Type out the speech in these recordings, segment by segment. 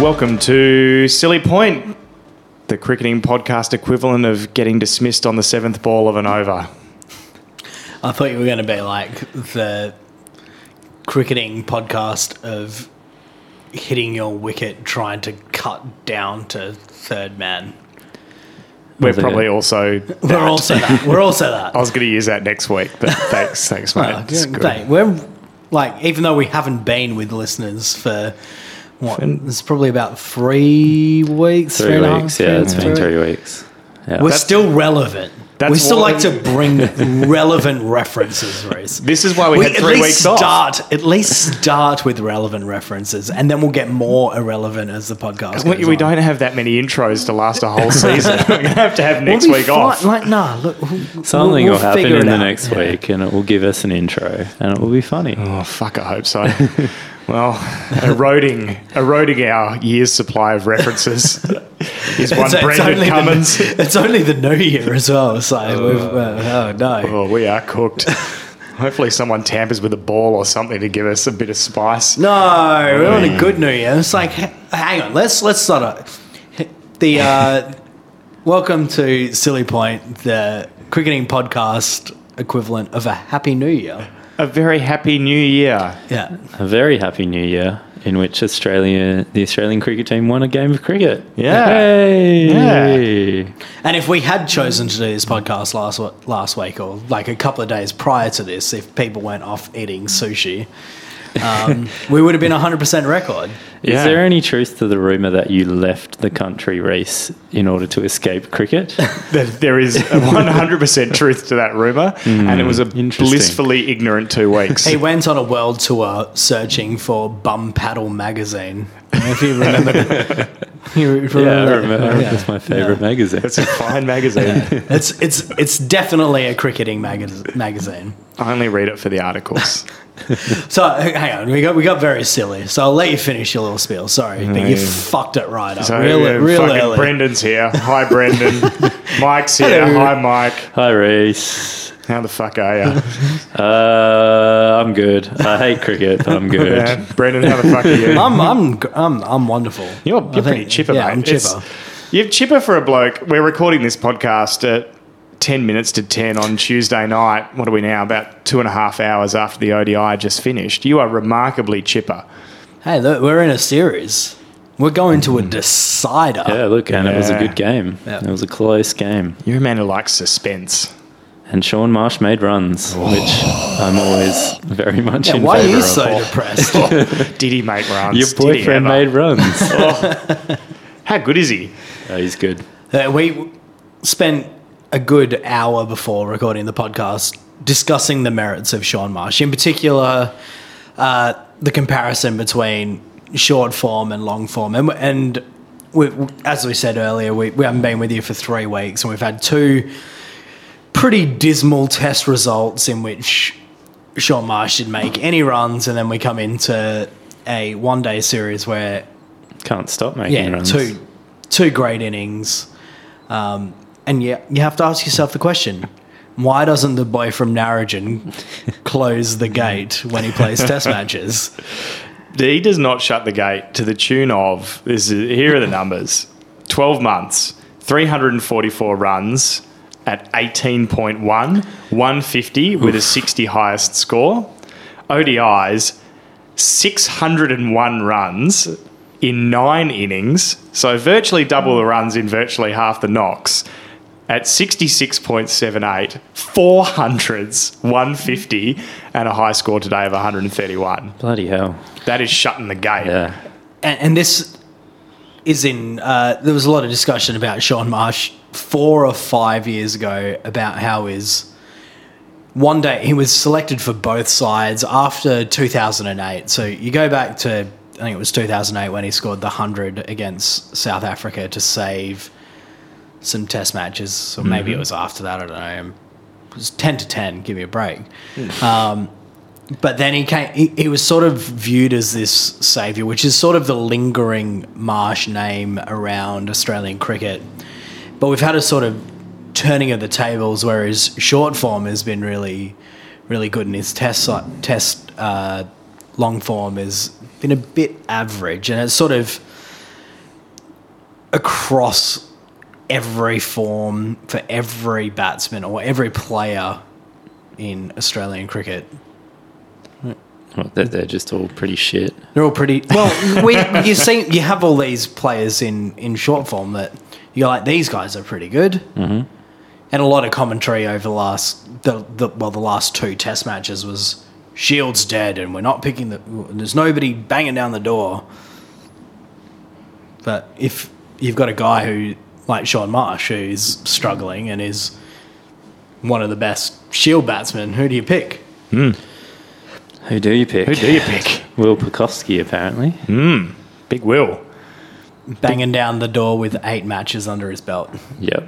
Welcome to Silly Point, the cricketing podcast equivalent of getting dismissed on the seventh ball of an over. I thought you were going to be like the cricketing podcast of hitting your wicket, trying to cut down to third man. We're That's okay. probably also. We're also that. We're also that. I was going to use that next week, but thanks, thanks, mate. Like, It's good. they- we're like, even though we haven't been with listeners for what, it's probably about three weeks. Three and a half, weeks, yeah, it's been weeks. three weeks. Yeah. We're still relevant. That's we still why- like to bring relevant references, Reese. This is why we, had at three least weeks off. start, At least start with relevant references, and then we'll get more irrelevant as the podcast. We, goes we on. don't have that many intros to last a whole season. We're going to have to have We'll next be week fine. off. Like, nah, look, we'll- we'll- Something we'll will happen figure in it the out. next Yeah. week and it will give us an intro and it will be funny. Oh, fuck, I hope so. well, eroding eroding our year's supply of references is one It's, it's Brendan only Cummins. the, it's only the new year as well. So we've, uh, oh no, Oh, we are cooked. Hopefully, someone tampers with a ball or something to give us a bit of spice. no, we Mm. want a good new year. It's like, h- hang on, let's let's start up. The uh, welcome to Silly Point, the cricketing podcast equivalent of a Happy New Year. A very happy new year. Yeah. A very happy new year in which Australia, the Australian cricket team won a game of cricket. Yeah. Hey. And if we had chosen to do this podcast last wa- last week or like a couple of days prior to this, if people weren't off eating sushi, um, we would have been 100% record. Yeah. Is there any truth to the rumour that you left the country, Reese, in order to escape cricket? There- There is a 100% truth to that rumor, and it was Hmm. a interesting. blissfully ignorant two weeks. He went on a world tour searching for Bum Paddle magazine. If you remember, you remember yeah, I that? remember. Yeah. That's my favourite magazine. It's a fine magazine. It's it's it's definitely a cricketing magaz- magazine. I only read it for the articles. So h- hang on, we got we got very silly. So I'll let you finish your little spiel. Sorry, but you fucked it right up. So, real yeah, real fucking early. Brendan's here. Hi, Brendan. Mike's here. Hello. Hi, Mike. Hi, Reese. How the fuck are you? Uh, I'm good. I hate cricket, but I'm good. Yeah. Brendan, how the fuck are you? I'm I'm I'm I'm wonderful. You're, I you're think- pretty chipper, yeah, mate. I'm It's- chipper. You're chipper for a bloke. We're recording this podcast at 10 minutes to 10 on Tuesday night. What are we now? About two and a half hours after the ODI just finished. You are remarkably chipper. Hey, look, we're in a series. We're going to a decider. Yeah, look, and it was a Yeah. good game. Yeah. It was a close game. You're a man who likes suspense. And Sean Marsh made runs, which I'm always very much Oh. Yeah, in why are favour you of. so depressed? Did he make runs? Your Did he boyfriend ever? made runs. How good is he? oh, he's good. Uh, we spent a good hour before recording the podcast discussing the merits of Sean Marsh, in particular, uh, the comparison between short form and long form. And, and we, as we said earlier, we, we haven't been with you for three weeks, and we've had two pretty dismal test results in which Sean Marsh didn't make any runs, and then we come into a one day series where Can't stop making yeah, runs. two two great innings. Um, and yeah, you have to ask yourself the question: Why doesn't the boy from Narragin close the gate when he plays Test matches? He does not shut the gate to the tune of this is, here are the numbers 12 months, 344 runs at 18.1, 150 with a 60 highest score, ODIs 601 runs in nine innings, so virtually double the runs in virtually half the knocks. At 66.78, 400s, 150, and a high score today of 131. Bloody hell. That is shutting the gate. Yeah. And, and this is in. Uh, there was a lot of discussion about Sean Marsh four or five years ago about how his one day he was selected for both sides after 2008 so you go back to i think it was 2008 when he scored the 100 against south africa to save some test matches or maybe it was after that i don't know it was 10 to 10 give me a break um, but then he came he, he was sort of viewed as this savior which is sort of the lingering marsh name around australian cricket but we've had a sort of turning of the tables, whereas short form has been really, really good, and his test si- test uh, long form has been a bit average, and it's sort of across every form for every batsman or every player in Australian cricket. Well, they're, they're just all pretty shit. They're all pretty well. We, you see, you have all these players in in short form that you're like these guys are pretty good, mm-hmm. and a lot of commentary over the last the, the well the last two Test matches was Shields dead, and we're not picking the. There's nobody banging down the door. But if you've got a guy who like Sean Marsh who is struggling and is one of the best Shield batsmen, who do you pick? Who do you pick? Who do you pick? Will Pekowski, apparently. Hmm? Big Will. Banging down the door with eight matches under his belt. Yep.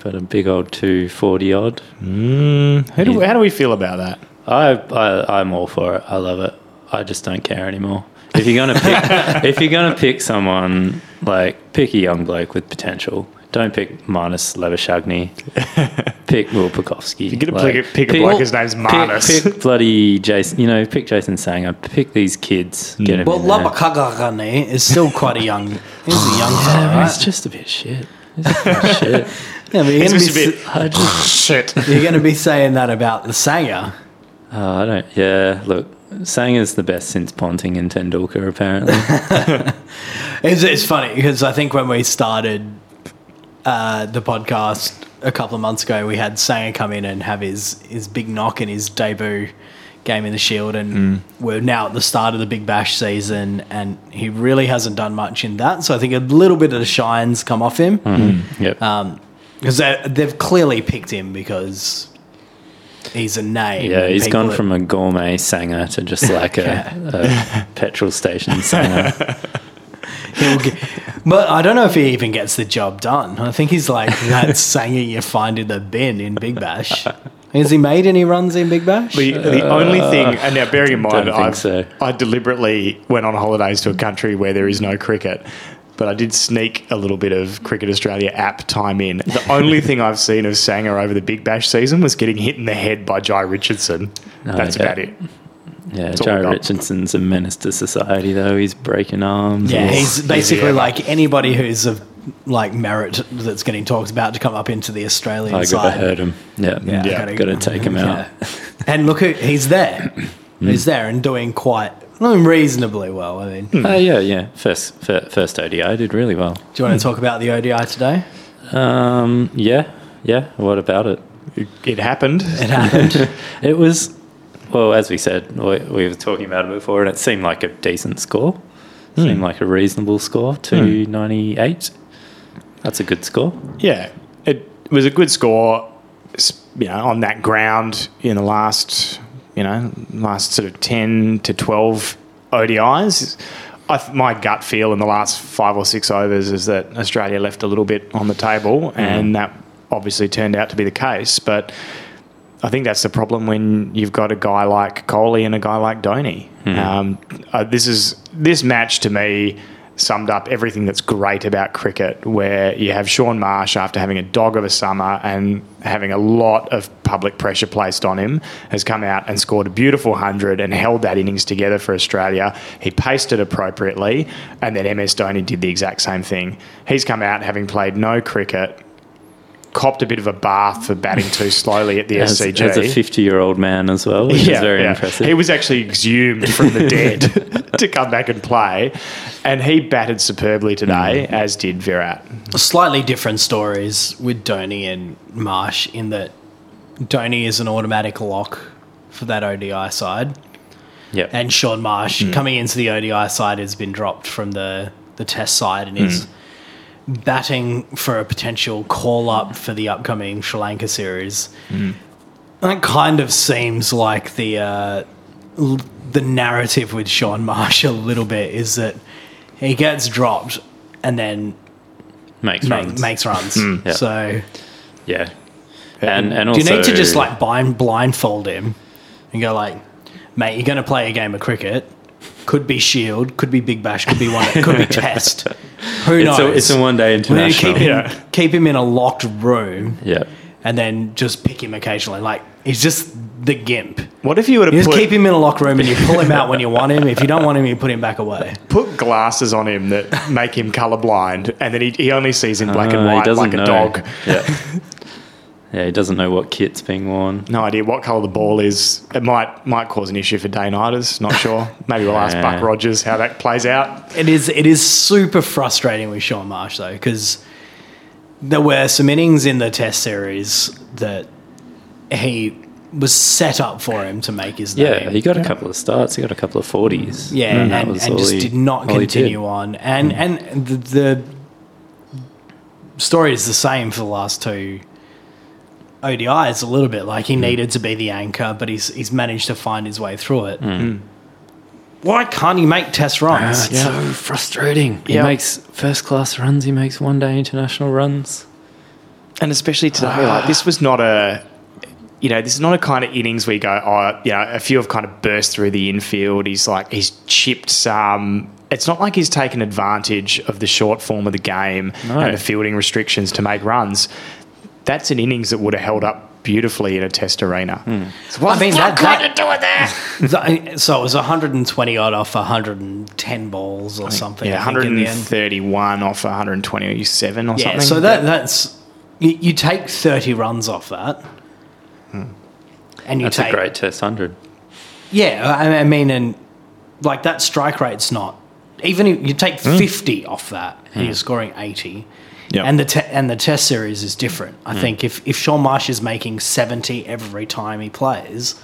But a big old 240 odd. How do, how do we feel about that? I, I I'm all for it. I love it. I just don't care anymore. If you're gonna pick, if you're gonna pick someone, like pick a young bloke with potential. Don't pick Marnus Levashagni. pick Will Pekowski. You're gonna pick a- pick a bloke, his name's Marnus. Pick, pick bloody Jason. You know, pick Jason Sanger. Pick these kids. Mm. Get 'em Well, in there. Labakagagane is still quite a young. He's a young fella, It's right? just a bit shit. It's just a bit shit. Yeah, but you're, gonna It's be, a bit I just, shit. s- you're gonna be saying that about the Sanger. oh, I don't. Yeah, look, Sanger's the best since Ponting and Tendulkar, apparently. It's, it's funny because I think when we started uh, the podcast a couple of months ago, we had Sanger come in and have his, his big knock in his debut game in the Shield, and we're now at the start of the Big Bash season, and he really hasn't done much in that. So I think a little bit of the shine's come off him Mm. yep. because they, they've clearly picked him because he's a name. Yeah, he's he's gone from a gourmet singer to just like a, a petrol station singer. But I don't know if he even gets the job done. I think he's like that singer you find in the bin in Big Bash. Has he made any runs in Big Bash? The, the only thing, and now bearing in mind, think I've, so. I deliberately went on holidays to a country where there is no cricket, but I did sneak a little bit of Cricket Australia app time in. The only thing I've seen of Sanger over the Big Bash season was getting hit in the head by Jai Richardson. That's yeah. about it. Yeah, all we Joe got. Richardson's a menace to society, though. He's breaking arms. yeah, he's basically ever. like anybody who's of like merit that's getting talked about to come up into the Australian I gotta side. hurt him. Yeah, yeah. Yeah. Gotta, take him out. Mm. Yeah. and look who he's there. He's there and doing quite I mean, reasonably well. I mean, Oh yeah, yeah. First, fir- first ODI did really well. do you want to talk about the ODI today? Um, yeah, yeah. What about it? It, it happened. It happened. It was, well, as we said, we, we were talking about it before, and it seemed like a decent score. Seemed like a reasonable score, two ninety eight. That's a good score. Yeah, it was a good score. s- You know, on that ground in the last, you know, last sort of ten to twelve ODIs. I th- my gut feel in the last five or six overs is that Australia left a little bit on the table, and that obviously turned out to be the case. But I think that's the problem when you've got a guy like Coley and a guy like Dhoni. Mm-hmm. Um, uh, this is this match to me summed up everything that's great about cricket, where you have Sean Marsh after having a dog of a summer and having a lot of public pressure placed on him, has come out and scored a beautiful hundred and held that innings together for Australia. He paced it appropriately, and then MS Dhoni did the exact same thing. He's come out having played no cricket. Copped a bit of a bath for batting too slowly at the As, SCG. as a fifty year old man as well, which is very impressive. He was actually exhumed from the dead to come back and play, and he batted superbly Mm. today, as did Virat. slightly different stories with Dhoni and Marsh in that Dhoni is an automatic lock for that ODI side, yeah, and Sean Marsh coming into the ODI side has been dropped from the, the Test side and is batting for a potential call up for the upcoming Sri Lanka series. That kind of seems like the uh, l- the narrative with Sean Marsh a little bit is that he gets dropped and then makes make- runs. makes runs. Hmm, yeah. So yeah, and and do also you need to just like blind blindfold him and go like, mate, you're going to play a game of cricket. Could be Shield, E could be Big Bash, could be one, could be Test. Who It's knows? a, it's a one day we need to international. keep him, Yeah. keep him in a locked room yeah, and then just pick him occasionally. Like he's just the gimp. What if you were to You just put, keep him in a locker room and you pull him out when you want him. If you don't want him, you put him back away. put glasses on him that make him colorblind, and then he, he only sees in black and Uh, he white doesn't like a know. dog? Yeah. yeah, he doesn't know what kit's being worn. No idea what color the ball is. It might might cause an issue for day nighters. Not sure. Maybe we'll ask Yeah. Buck Rogers how that plays out. It is it is super frustrating with Sean Marsh though because there were some innings in the Test series that he was set up for him to make his Yeah, name. he Mm-hmm. got a couple of starts. He got a couple of forties. yeah, and, and just did not continue on. And Mm. and the, the story is the same for the last two ODIs a little bit. Like Mm. he needed to be the anchor, but he's he's managed to find his way through it. Mm. Why can't he make Test runs? That's so frustrating. He Yeah. makes first class runs. He makes one day international runs. And especially today, like this was not a, you know, this is not a kind of innings where you go, oh, you know, a few have kind of burst through the infield. He's like, he's chipped some. It's not like he's taken advantage of the short form of the game No. and the fielding restrictions to make runs. That's an innings that would have held up beautifully in a test arena. So what I mean, the that- fuck can't that- you do it there? Th- So it was 120 odd off 110 balls or something. Yeah, I think, in the end. 131 off 127 or Yeah, something. so that that's you, you take 30 runs off that, and you That's take a great test hundred. yeah. I, I mean, and like that strike rate's not even if you take 50 off that, and you're scoring 80. Yep. And the te- and the test series is different. I think if if Sean Marsh is making 70 every time he plays,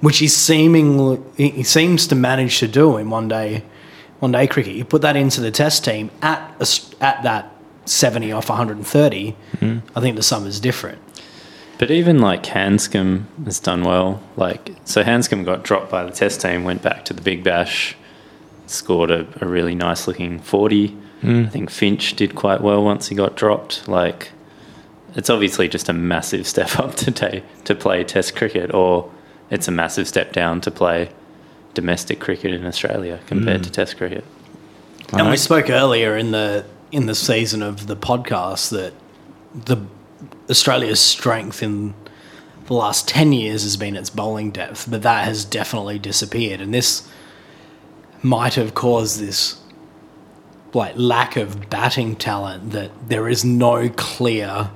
which he seemingly he he seems to manage to do in one day one day cricket. You put that into the test team at a s at that 70 off 130, I think the sum is different. But even like Hanscom has done well. Like so, Hanscom got dropped by the test team, went back to the Big Bash, scored a, a really nice looking forty. I think Finch did quite well once he got dropped. Like it's obviously just a massive step up today to play Test cricket, or it's a massive step down to play domestic cricket in Australia compared to Test cricket. And we spoke earlier in the in the season of the podcast that the Australia's strength in the last ten years has been its bowling depth, but that has definitely disappeared, and this might have caused this like lack of batting talent that there is no clear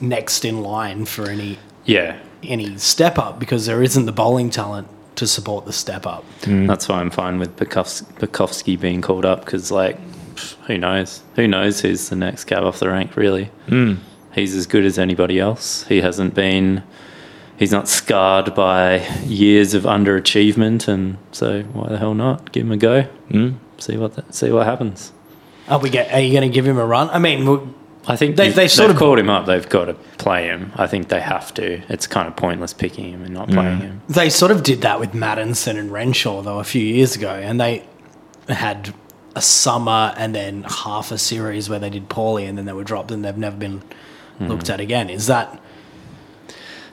next in line for any Yeah, any step up because there isn't the bowling talent to support the step up. That's why I'm fine with Bukovs- Bukovsky being called up because, like, pff, who knows? Who knows who's the next cab off the rank, really? Mm. He's as good as anybody else. He hasn't been, he's not scarred by years of underachievement. And so, why the hell not? Give him a go. Mm. See what that, see what happens. Are we get, are you going to give him a run? I mean, we- I think They- they, they have sort sort of- of called him up. They've got to play him. I think they have to. It's kind of pointless picking him and not playing him. They sort of did that with Madison and Renshaw though a few years ago, and they had a summer and then half a series where they did poorly, and then they were dropped, and they've never been looked at again. Is that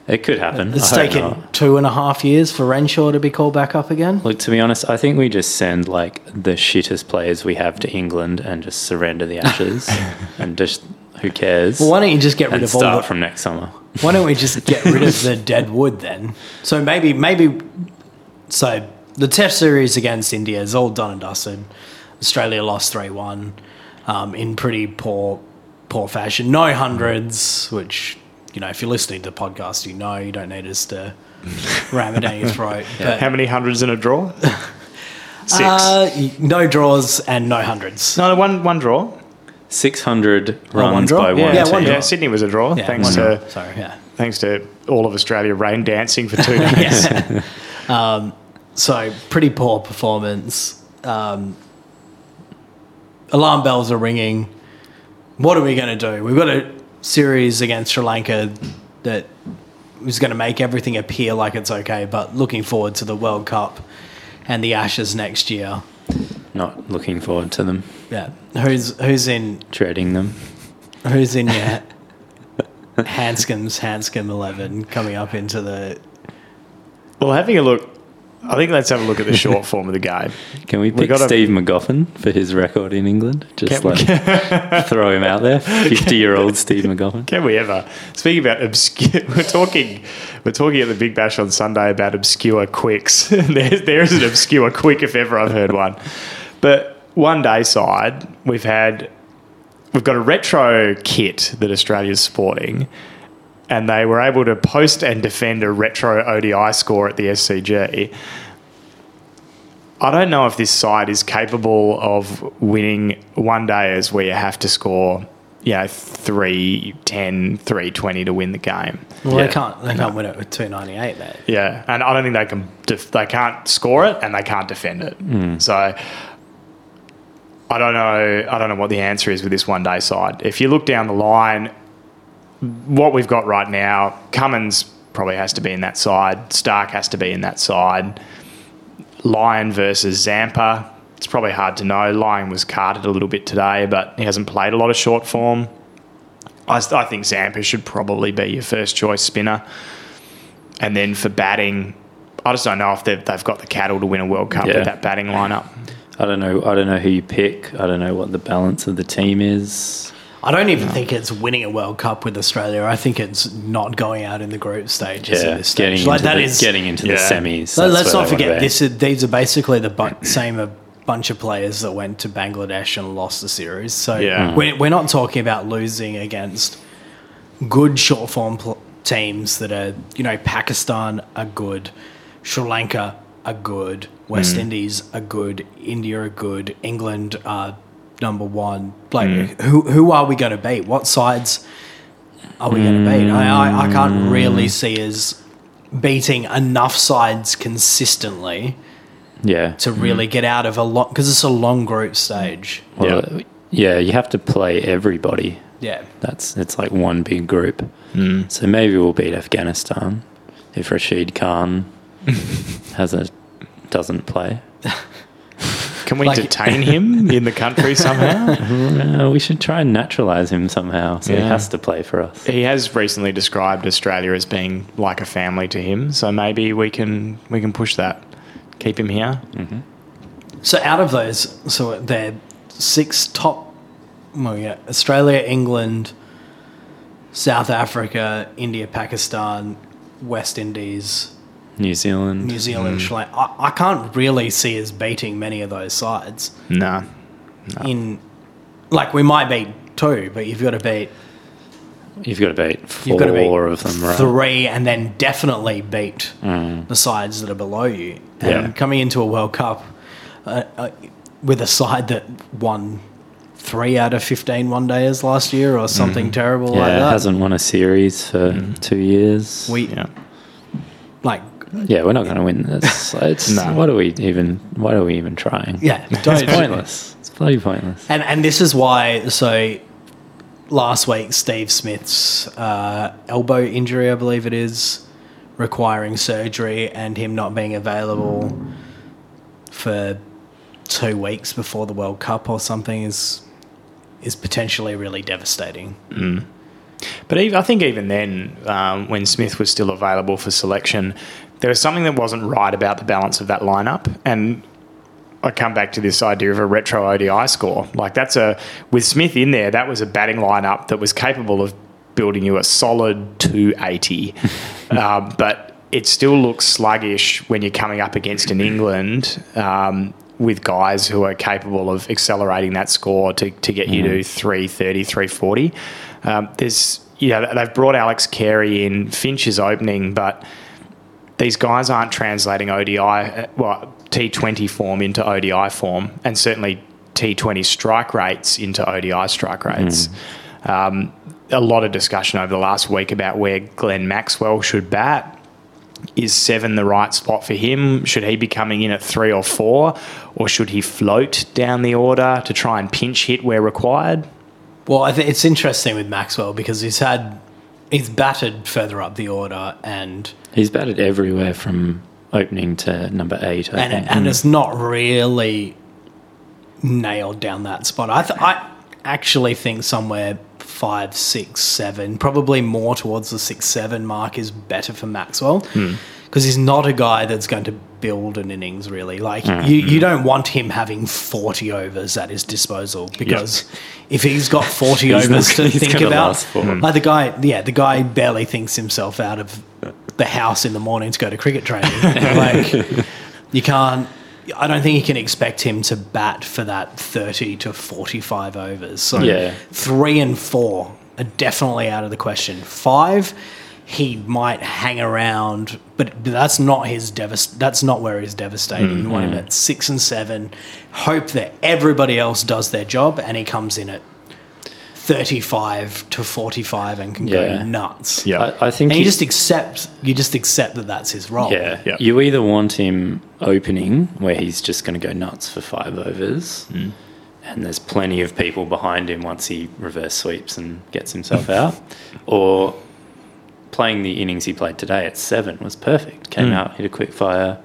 It could happen. it's I hope taken not. two and a half years for Renshaw to be called back up again? Look, to be honest, I think we just send like the shittest players we have to England and just surrender the ashes and just who cares? Well, why don't you just get rid and of all the? start from next summer. why don't we just get rid of the dead wood then? So maybe maybe so the Test series against India is all done and dusted. Australia lost three one um, in pretty poor poor fashion. No hundreds, which you know if you're listening to the podcast, you know you don't need us to ram it down your throat. But How many hundreds in a draw? Six. uh, no draws and no hundreds. no, one one draw. Six hundred one runs draw? by Yeah, one Oh, yeah, team. one draw. Yeah, Sydney was a draw. Yeah, thanks one to draw. sorry, yeah. thanks to all of Australia rain dancing for two days. Um, So pretty poor performance. Um, alarm bells are ringing. What are we going to do? We've got a series against Sri Lanka that was going to make everything appear like it's okay, but looking forward to the World Cup and the Ashes next year. Not looking forward to them, Yeah, who's who's in dreading them. who's in your Hanscom's Hanscom eleven coming up into the well, having a look I think let's have a look at the short form of the game. Can we We pick gotta- Steve McGoffin for his record in England? Just like throw him out there, fifty-year-old Steve McGoffin. Can we ever? Speaking about obscure, we're talking, we're talking at the Big Bash on Sunday about obscure quicks. there, there is an obscure quick if ever I've heard one. But one day side, we've had, we've got a retro kit that Australia's sporting, and they were able to post and defend a retro ODI score at the SCG. I don't know if this side is capable of winning one day as where you have to score, you know, 310, 320 to win the game. Well, Yeah. they can't. They can't win it with two ninety eight. There. Yeah, and I don't think they can. Def- they can't score it, and they can't defend it. So I don't know. I don't know what the answer is with this one day side. If you look down the line, what we've got right now, Cummins probably has to be in that side. Stark has to be in that side. Lyon versus Zampa. It's probably hard to know. Lyon was carded a little bit today, but he hasn't played a lot of short form. I, I think Zampa should probably be your first choice spinner. And then for batting, I just don't know if they've, they've got the cattle to win a World Cup Yeah. with that batting lineup. I don't know. I don't know who you pick. I don't know what the balance of the team is. I don't even think it's winning a World Cup with Australia. I think it's not going out in the group stages. at Yeah, this stage. getting like into that the, is- getting into the Yeah. Let- semis. let's that's where not they wanna forget be. this. Is, these are basically the bu- same a bunch of players that went to Bangladesh and lost the series. So Hmm. Yeah. we're, we're not talking about losing against good short form pl- teams that are you know Pakistan are good, Sri Lanka are good, West Hmm. Indies are good, India are good, England are number one. Like Hmm. who who are we going to beat? What sides? Are we Hmm. going to beat? I, I, I can't really see us beating enough sides consistently Yeah. to really get out of a lot because it's a long group stage. Well, yeah. You have to play everybody. Yeah. That's it's like one big group. Mm. So maybe we'll beat Afghanistan if Rashid Khan has a doesn't play. Can we Like- detain him in the country somehow? Uh, we should try and naturalize him somehow, so he Yeah. has to play for us. he has recently described Australia as being like a family to him, so maybe we can we can push that. Keep him here. So out of those, so they're six top. Well, yeah, Australia, England, South Africa, India, Pakistan, West Indies, New Zealand. New Zealand, Sri Lanka. I, I can't really see us beating many of those sides. No. In like we might beat two, but you've got to beat You've got to beat 4 you've got to beat of them, right? Mm. three, and then definitely beat the sides that are below you. And Yeah. coming into a World Cup uh, uh, with a side that won three out of 15 one days last year or something terrible Mm. yeah, like that. Mm. hasn't won a series for two years. we Yeah. like, yeah, we're not going to win this. It's No. what are we even? What are we even trying? yeah, it's don't- pointless. It's bloody pointless. And and this is why. So last week, Steve Smith's uh, elbow injury, I believe it is, requiring surgery, and him not being available for two weeks before the World Cup or something is is potentially really devastating. But even, I think even then, um, when Smith was still available for selection, there was something that wasn't right about the balance of that lineup. And I come back to this idea of a retro ODI score. Like that's a with Smith in there, that was a batting lineup that was capable of building you a solid 280. um, but it still looks sluggish when you're coming up against an England um, with guys who are capable of accelerating that score to, to get you to 330, 340. Um, there's, you know, they've brought Alex Carey in. Finch is opening, but these guys aren't translating ODI, uh, well, T20 form into ODI form, and certainly T20 strike rates into ODI strike rates. Um, a lot of discussion over the last week about where Glenn Maxwell should bat. Is seven the right spot for him? Should he be coming in at three or four, or should he float down the order to try and pinch hit where required? Well, I think it's interesting with Maxwell because he's had he's batted further up the order and. He's batted everywhere from opening to number eight. I and think. and it's not really nailed down that spot. I th- I actually think somewhere five, six, seven, probably Hmm. more towards the six, seven mark is better for Maxwell because he's not a guy that's going to build an innings, really. Like, Hmm. you, you don't want him having 40 overs at his disposal because if he's got 40 He's overs not- to he's think gonna about, last for Hmm. 'em. like the guy, yeah, the guy barely thinks himself out of the house in the morning to go to cricket training. like, you can't. I don't think you can expect him to bat for that 30 to 45 overs. So Yeah. three and four are definitely out of the question. Five, he might hang around, but that's not his devast- That's not where he's devastating. You want him Mm-hmm. at six and seven. Hope that everybody else does their job, and he comes in at thirty-five to forty-five and can Yeah. go nuts. Yeah. Mm. I, I think and you he- just accept. You just accept that that's his role. Yeah. Yeah. You either want him opening where he's just going to go nuts for five overs, Mm. and there's plenty of people behind him once he reverse sweeps and gets himself out, or playing the innings he played today at seven was perfect. Mm. Came out, hit a quick fire,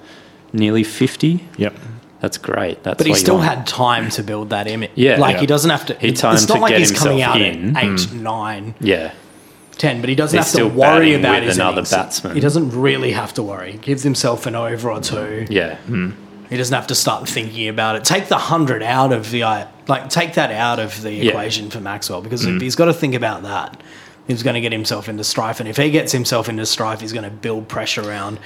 nearly 50. Yep. That's great. That's But he what you still want. had time to build that image. Yeah. like he Yeah. doesn't have to. He it's timed not to like get he's coming himself out in. at eight, nine, Yeah. 10, but he doesn't He's have to still worry batting about with his another innings. batsman. He doesn't really have to worry. He gives himself an over or two. Yeah. He doesn't have to start thinking about it. Take the 100 out of the I- like take that out of the equation for Maxwell because if he's got to think about that, he's going to get himself into strife and if he gets himself into strife, he's going to build pressure around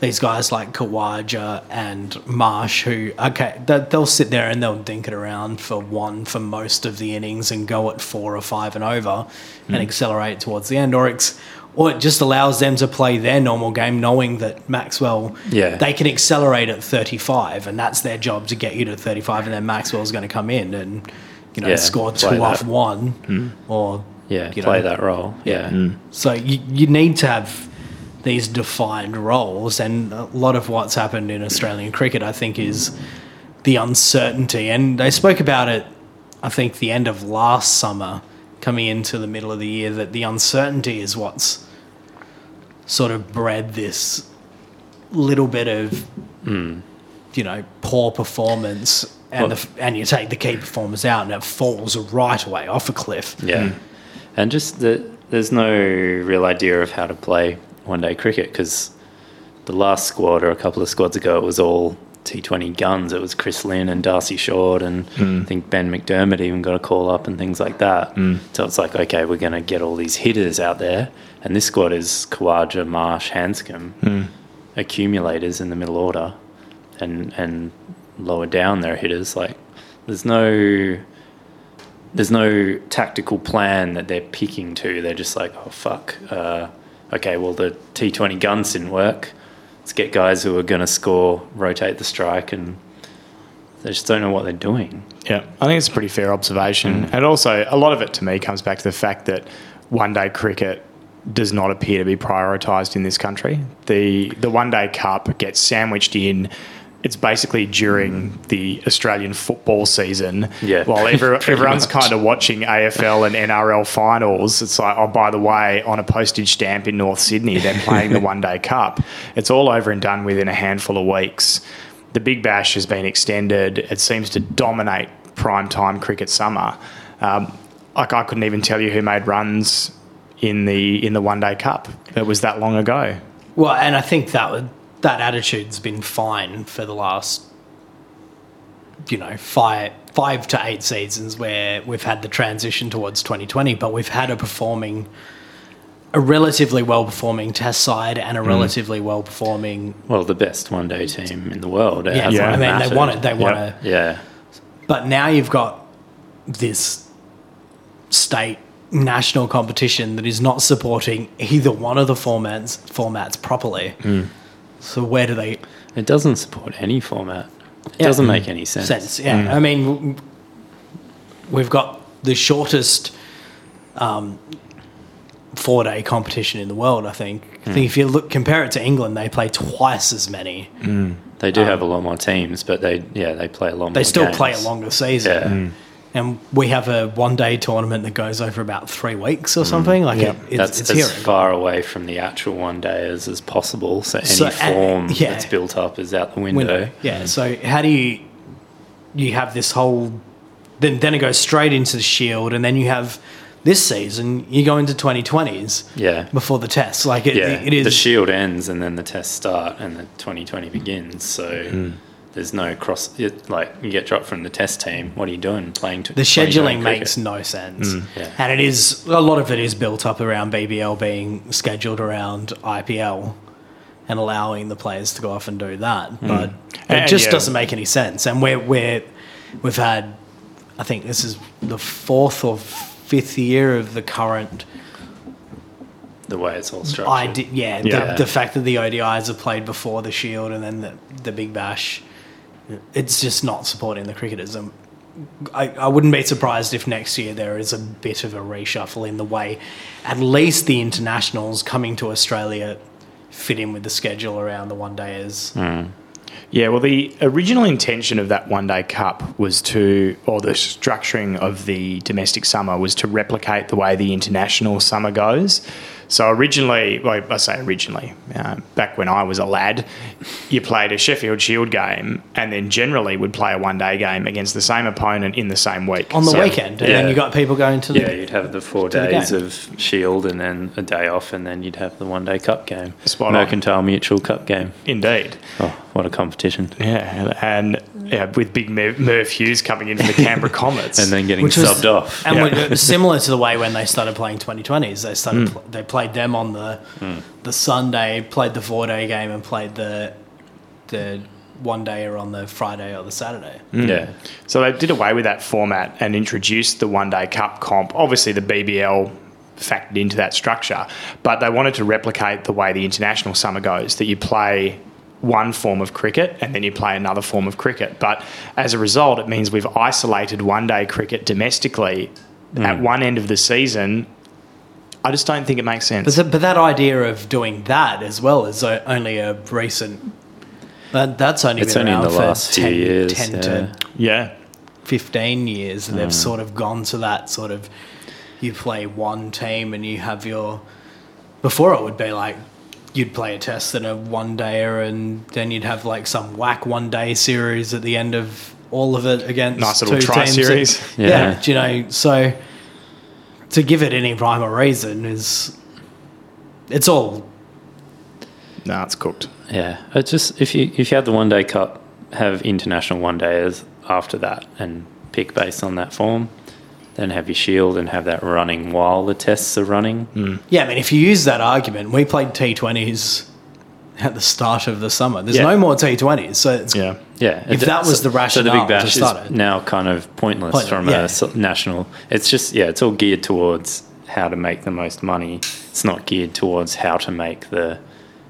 these guys like Kawaja and Marsh, who okay, they- they'll sit there and they'll dink it around for one for most of the innings and go at four or five and over, and accelerate towards the end, or it's, or it just allows them to play their normal game, knowing that Maxwell, Yeah. they can accelerate at 35 and that's their job to get you to 35 and then maxwell's going to come in and you know Yeah, score two play that. Hmm. off one or Yeah. you know. Mm. play that role. Yeah. so you, you need to have these defined roles and a lot of what's happened in australian cricket i think is the uncertainty and they spoke about it i think the end of last summer coming into the middle of the year that the uncertainty is what's sort of bred this little bit of you know poor performance and Well- the, and you take the key performance out and it falls right away off a cliff Yeah. And just the, there's no real idea of how to play one day cricket because the last squad or a couple of squads ago, it was all T20 guns. It was Chris Lynn and Darcy Short, and I think Ben McDermott even got a call up and things like that. So it's like, okay, we're going to get all these hitters out there. And this squad is Kawaja, Marsh, Hanscom, accumulators in the middle order. And, and lower down, there are hitters. Like, there's no there's no tactical plan that they're picking to. They're just like, oh fuck, uh, okay, well the T20 guns didn't work. Let's get guys who are going to score, rotate the strike, and they just don't know what they're doing. Yeah, I think it's a pretty fair observation. And also, a lot of it to me comes back to the fact that one day cricket does not appear to be prioritised in this country. The, the one day cup gets sandwiched in. It's basically during the Australian football season. Yeah, While every, pretty everyone's much. kind of watching AFL and NRL finals, it's like, oh, by the way, on a postage stamp in North Sydney, they're playing the one day cup. It's all over and done with in a handful of weeks. The Big Bash has been extended. It seems to dominate prime time cricket summer. Um, like I couldn't even tell you who made runs in the in the one day cup. It was that long ago. Well, and I think that would, that attitude's been fine for the last, you know, five five to eight seasons where we've had the transition towards 2020, but we've had a performing, a relatively well performing Test side and a relatively well performing. Well, the best one day team in the world. It Yeah, hasn't I mean, mattered. they want it. They want Yep. to. Yeah, But now you've got this state national competition that is not supporting either one of the formats formats properly. So where do they it doesn't support any format. It Yeah. doesn't make any sense. sense? Yeah, Mm. I mean, w- we've got the shortest um, four day competition in the world. I think. I Mm. think if you look compare it to England, they play twice as many. They do have a lot more teams, but they Mm. yeah they play a lot. Um, They more still play a games. longer season. Yeah. And we have a one day tournament that goes over about three weeks or something. Like Yep. it, it's, Mm. that's it's as here. far away from the actual one day as is possible. So any So, uh, form yeah. that's built up is out the window. Mm. window. Yeah. So how do you you have this whole then then it goes straight into the shield and then you have this season, you go into 2020s Yeah. before the test. Like it, Yeah. it is The shield ends and then the tests start and the 2020 begins. So Mm. there's no cross. It, like you get dropped from the test team. What are you doing? Playing to the scheduling makes no sense. Yeah. And it is a lot of it is built up around BBL being scheduled around IPL and allowing the players to go off and do that. But it And, just yeah. doesn't make any sense. And we're, we're we've had I think this is the fourth or fifth year of the current the way it's all structured. I did, yeah, Yeah. The, the fact that the ODIs are played before the Shield and then the, the Big Bash, it's just not supporting the cricketers. Um, I, I wouldn't be surprised if next year there is a bit of a reshuffle in the way at least the internationals coming to Australia fit in with the schedule around the one day is Hmm. Yeah, well, the original intention of that one day cup was to, or the structuring of the domestic summer was to replicate the way the international summer goes. So originally, well, I say originally, uh, back when I was a lad, you played a Sheffield Shield game and then generally would play a one day game against the same opponent in the same week. on the So- weekend. And then yeah. you got people going to the. Yeah, you'd have the four the days game. of Shield and then a day off, and then you'd have the one day cup game. Spot on. Mercantile Mutual Cup game. Indeed. Oh, what a competition. Yeah, and yeah, with big Mer- Merv Hughes coming in from the Canberra Comets. And then getting Which was- subbed off. and Yeah. we- it was similar to the way when they started playing 2020s they started Hmm. pl- they played them on the the sunday played the four day game and played the the one day or on the friday or the saturday Mm. Yeah. So they did away with that format and introduced the one day cup comp. Obviously, the BBL factored into that structure, but they wanted to replicate the way the international summer goes that you play one form of cricket and then you play another form of cricket. But as a result, it means we've isolated one day cricket domestically at one end of the season. I just don't think it makes sense. but, th- but that idea of doing that as well is o- only a recent that, that's only It's been only in around the for last few 10, years, 10 yeah. to yeah. 15 years they've sort of gone to that sort of you play one team and you have your before it would be like you'd play a test and a one dayer and then you'd have like some whack one day series at the end of all of it against Nice little two tri teams. series. yeah. Yeah. do you know so to give it any rhyme or reason is it's all No, it's cooked. Yeah. It's just if you if you had the one day cup, have international one days after that and pick based on that form. Then have your shield and have that running while the tests are running. yeah I mean if you use that argument we played T20s at the start of the summer there's Yeah. no more T20s so it's Yeah. Yeah, If it- that was the so the rationale Big to Bash start is it. now kind of pointless, Pointless, from yeah. a so- national. It's just yeah, it's all geared towards how to make the most money. It's not geared towards how to make the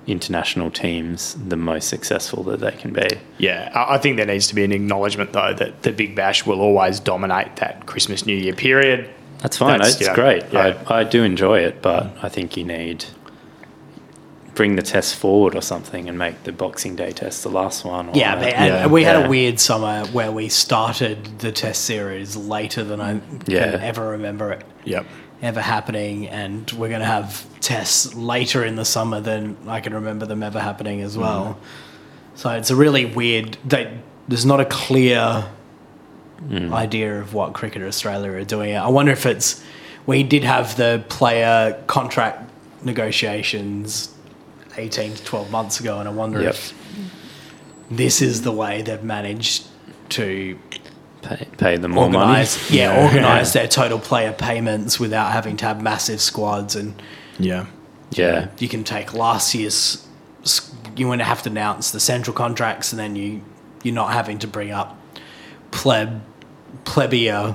international teams the most successful that they can be. Yeah, I I think there needs to be an acknowledgement, though, that the Big Bash will always dominate that Christmas New Year period. That's fine. That's- it's yeah, great. yeah. I, I do enjoy it, but I think you need bring the test forward or something and make the Boxing Day test the last one. Or Yeah, uh, but, and Yeah. we had Yeah. a weird summer where we started the test series later than I Yeah. can ever remember it Yep. ever happening, and we're going to have tests later in the summer than I can remember them ever happening Mm. as well. So it's a really weird. They, there's not a clear Mm. idea of what Cricket Australia are doing. I wonder if it's we did have the player contract negotiations 18 to 12 months ago, and I wonder Yep. if this is the way they've managed to pay, pay them more money. organize, yeah, organize their total player payments without having to have massive squads, and Yeah. Yeah, you can take last year's. s- You want to have to announce the central contracts, and then you you're not having to bring up pleb plebia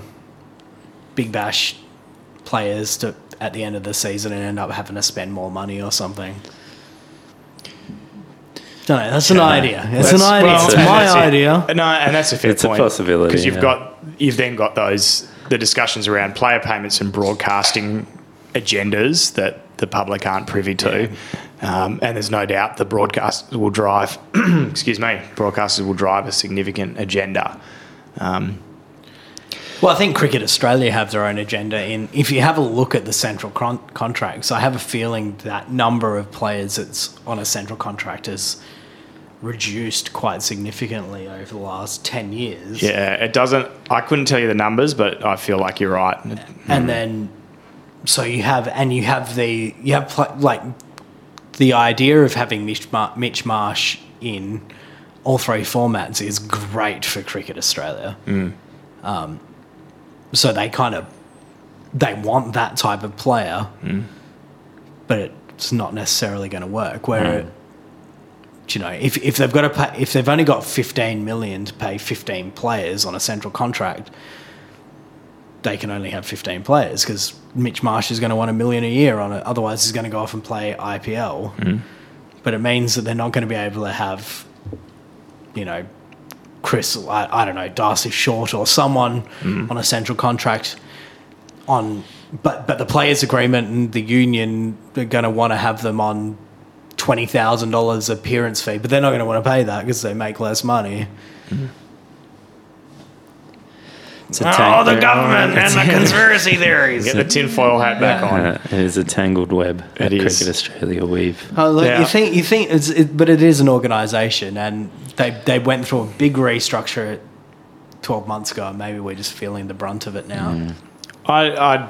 big bash players to at the end of the season and end up having to spend more money or something. Don't know. That's an idea. It's an That's- idea. well, it's and my that's it. idea. No, and that's a fair It's a point. possibility, because you've yeah. got you've then got those the discussions around player payments and broadcasting agendas that the public aren't privy to, um, and there's no doubt the broadcasters will drive. excuse me, broadcasters will drive a significant agenda. Well, I think Cricket Australia have their own agenda. In if you have a look at the central con- contracts, I have a feeling that number of players that's on a central contract has reduced quite significantly over the last ten years. Yeah, it doesn't. I couldn't tell you the numbers, but I feel like you're right. and then so you have and you have the you have pl- like the idea of having Mitch, Mar- Mitch Marsh in all three formats is great for Cricket Australia. Um, so they kind of they want that type of player, but it's not necessarily going to work. Where you know, if, if they've got to pay, if they've only got fifteen million to pay fifteen players on a central contract, they can only have 15 players because Mitch Marsh is going to want a million a year on it. Otherwise, he's going to go off and play IPL. But it means that they're not going to be able to have, you know, Chris, I, I don't know, Darcy Short or someone on a central contract on. But, but the players' agreement and the union are going to want to have them on $20,000 appearance fee, but they're not going to want to pay that because they make less money. It's a tang- and the conspiracy theories. Get the tinfoil hat back on. Uh, it is a tangled web that It is. Cricket Australia weave. Oh, look, Yeah. you think you think, it's, it, but it is an organisation, and they they went through a big restructure twelve months ago. And maybe we're just feeling the brunt of it now. Mm. I, I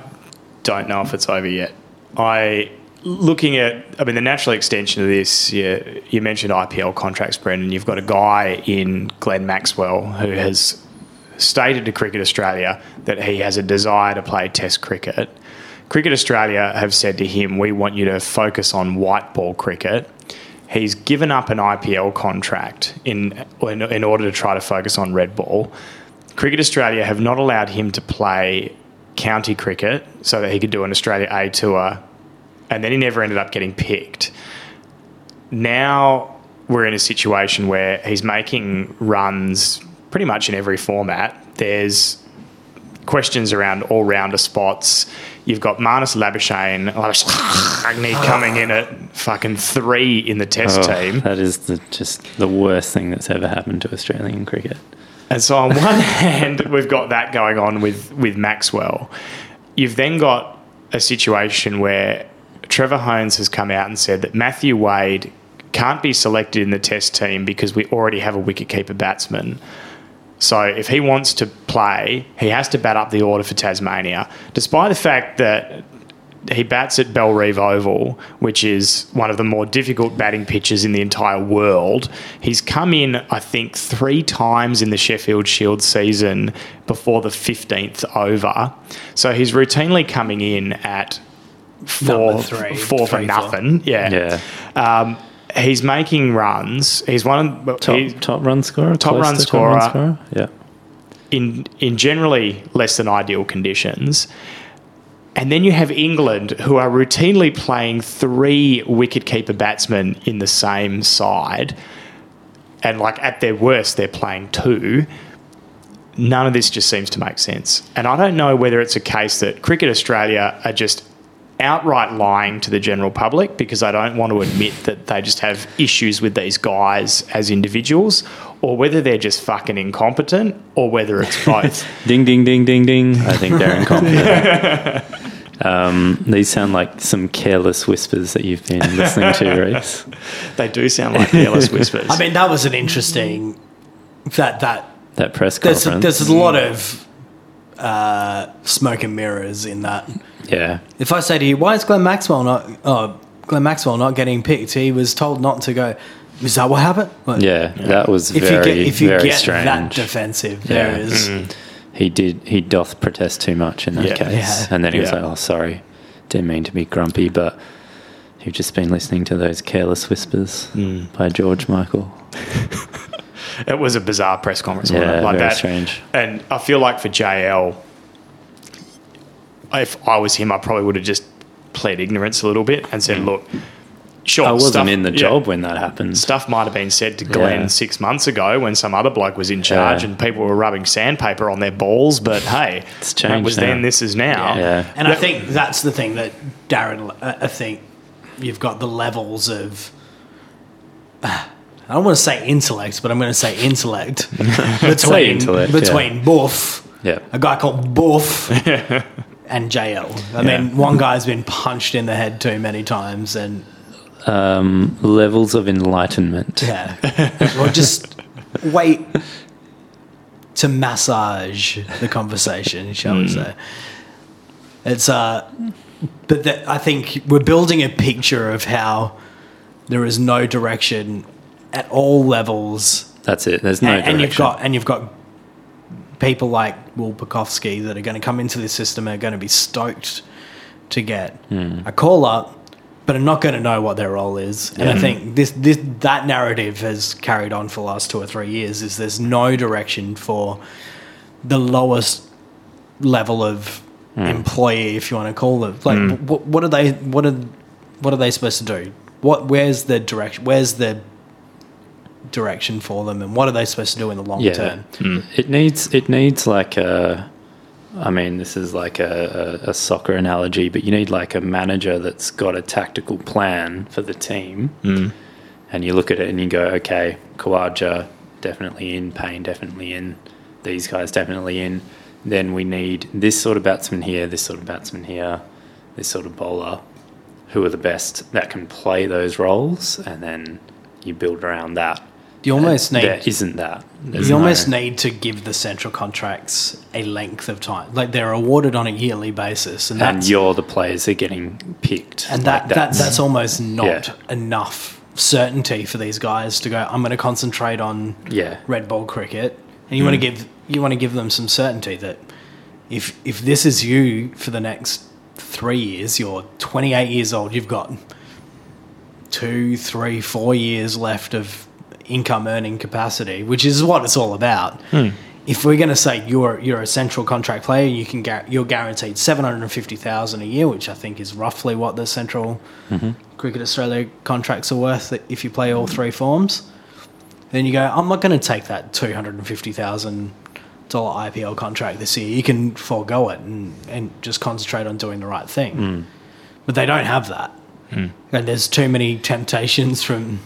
don't know if it's over yet. I looking at I mean the natural extension of this. You, you mentioned IPL contracts, Brendan. You've got a guy in Glenn Maxwell who has stated to Cricket Australia that he has a desire to play Test cricket. Cricket Australia have said to him, "We want you to focus on white ball cricket." He's given up an IPL contract in, in in order to try to focus on red ball. Cricket Australia have not allowed him to play county cricket so that he could do an Australia A tour, and then he never ended up getting picked. Now we're in a situation where he's making runs pretty much in every format. There's questions around all rounder spots. You've got Marnus Labuschagne Labuschagne coming in at fucking three in the test Oh, team. That is the, just the worst thing that's ever happened to Australian cricket. And so on one hand, we've got that going on with with Maxwell. You've then got a situation where Trevor Hones has come out and said that Matthew Wade can't be selected in the test team because we already have a wicketkeeper batsman. So if he wants to play, he has to bat up the order for Tasmania. Despite the fact that he bats at Belrive Oval, which is one of the more difficult batting pitches in the entire world. He's come in, I think, three times in the Sheffield Shield season before the 15th over. So he's routinely coming in at four, Number three, four for three for- nothing. Yeah. Yeah. Um, he's making runs. He's one of Top, he- top run scorer? Top Close run to scorer. Yeah. in in generally less than ideal conditions. And then you have England, who are routinely playing three wicketkeeper batsmen in the same side, and like at their worst, they're playing two. None of this just seems to make sense. And I don't know whether it's a case that Cricket Australia are just outright lying to the general public because I don't want to admit that they just have issues with these guys as individuals, or whether they're just fucking incompetent, or whether it's both. Ding, ding, ding, ding, ding. I think they're incompetent. um, these sound like some careless whispers that you've been listening to, Reese. They do sound like careless whispers. I mean, that was an interesting that that That press there's conference. there's a lot of uh, smoke and mirrors in that. yeah. If I say to you, why is Glenn Maxwell not? Oh, Glenn Maxwell not getting picked. He was told not to go. Is that what happened? Like, Yeah, that was If very, you get if you very get strange. that defensive, there Yeah. Mm. is he did. He doth protest too much in that Yeah. case, Yeah. and then he was Yeah. like, "Oh, sorry, didn't mean to be grumpy, but you've just been listening to those careless whispers Mm. by George Michael." it was a bizarre press conference. Yeah, wasn't it? like very that. strange. And I feel like for JL, if I was him, I probably would have just pled ignorance a little bit and said, "Look, sure, I wasn't stuff- in the yeah, job when that happened. Stuff might have been said to Glenn Yeah. six months ago when some other bloke was in charge Yeah. and people were rubbing sandpaper on their balls. But hey, It's that changed was now. then. This is now. Yeah. And I think that's the thing that Darren. I I think you've got the levels of. I don't want to say intellect, but I'm going to say intellect between intellect, yeah. between Boof, Yeah. a guy called Boof, and JL. I Yeah. mean, one guy's been punched in the head too many times, and Um, levels of enlightenment. yeah, well, just wait to massage the conversation, shall we say? It's uh, But that, I think we're building a picture of how there is no direction at all levels, That's it. There's no and, and you've direction. got and you've got people like Will Bukowski that are going to come into this system and are going to be stoked to get Hmm. a call up, but are not going to know what their role is. And I think this, this that narrative has carried on for the last two or three years. Is there's no direction for the lowest level of Hmm. employee, if you want to call it. Like, what, what are they? What are what are they supposed to do? What? Where's the direction? Where's the direction for them, and what are they supposed to do in the long yeah. Mm. term? It needs it needs like a. I mean, this is like a, a, a soccer analogy, but you need like a manager that's got a tactical plan for the team. And you look at it and you go, okay, Kawaja definitely in, Payne definitely in, these guys definitely in. Then we need this sort of batsman here, this sort of batsman here, this sort of bowler. Who are the best that can play those roles? And then you build around that. You almost need There isn't that. There's you almost no- need to give the central contracts a length of time. Like they're awarded on a yearly basis, and and that's you're the players that are getting picked. and Like, that, that that's almost not Yeah. enough certainty for these guys to go. I'm going to concentrate on yeah, red ball cricket, and you want to give you want to give them some certainty that if if this is you for the next three years, you're 28 years old, you've got two, three, four years left of income earning capacity, which is what it's all about. If we're going to say you're you're a central contract player, you can gar- you're guaranteed 750,000 a year, which I think is roughly what the central Cricket Australia contracts are worth if you play all three forms then you go, I'm not going to take that two hundred and fifty thousand dollar IPL contract this year. You can forego it and, and just concentrate on doing the right thing. Hmm. But they don't have that, and there's too many temptations from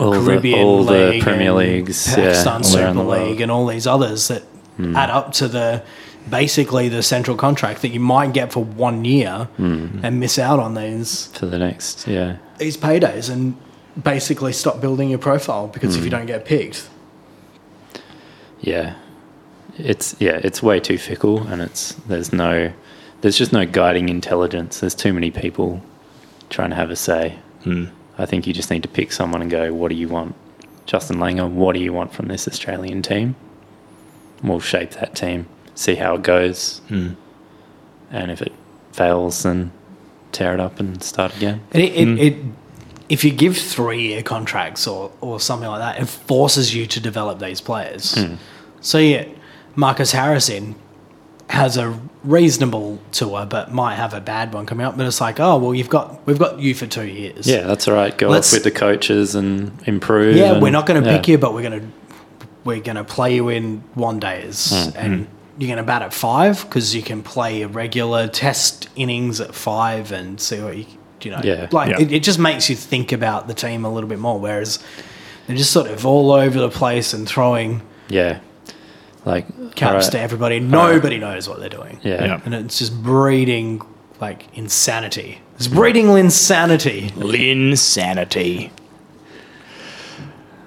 all Caribbean the, all the League Premier and Leagues, Pakistan yeah, all Super around the world. Hmm. League, and all these others that add up to the basically the central contract that you might get for one year Hmm. and miss out on these to the next. Yeah, these paydays and basically stop building your profile because Hmm. if you don't get picked yeah, it's yeah, it's way too fickle, and it's there's no, there's just no guiding intelligence. There's too many people trying to have a say. I think you just need to pick someone and go, what do you want, Justin Langer? What do you want from this Australian team? We'll shape that team, see how it goes, and if it fails, then tear it up and start again. It, it, it, if you give three year contracts or, or something like that, it forces you to develop these players. So, yeah, Marcus Harrison has a reasonable tour, but might have a bad one coming up. But it's like, oh, well, you've got we've got you for two years. Yeah, that's all right. Go Let's- off with the coaches and improve. Yeah, and- we're not going to yeah. pick you, but we're going to we're going to play you in one days, Mm, and you're going to bat at five because you can play a regular test innings at five and see what you you know. Yeah. like Yeah. It, it just makes you think about the team a little bit more. Whereas they're just sort of all over the place and throwing Yeah, like all caps right, to everybody. Nobody knows what they're doing, Yeah, Yeah. and it's just breeding like insanity. It's breeding insanity. Insanity.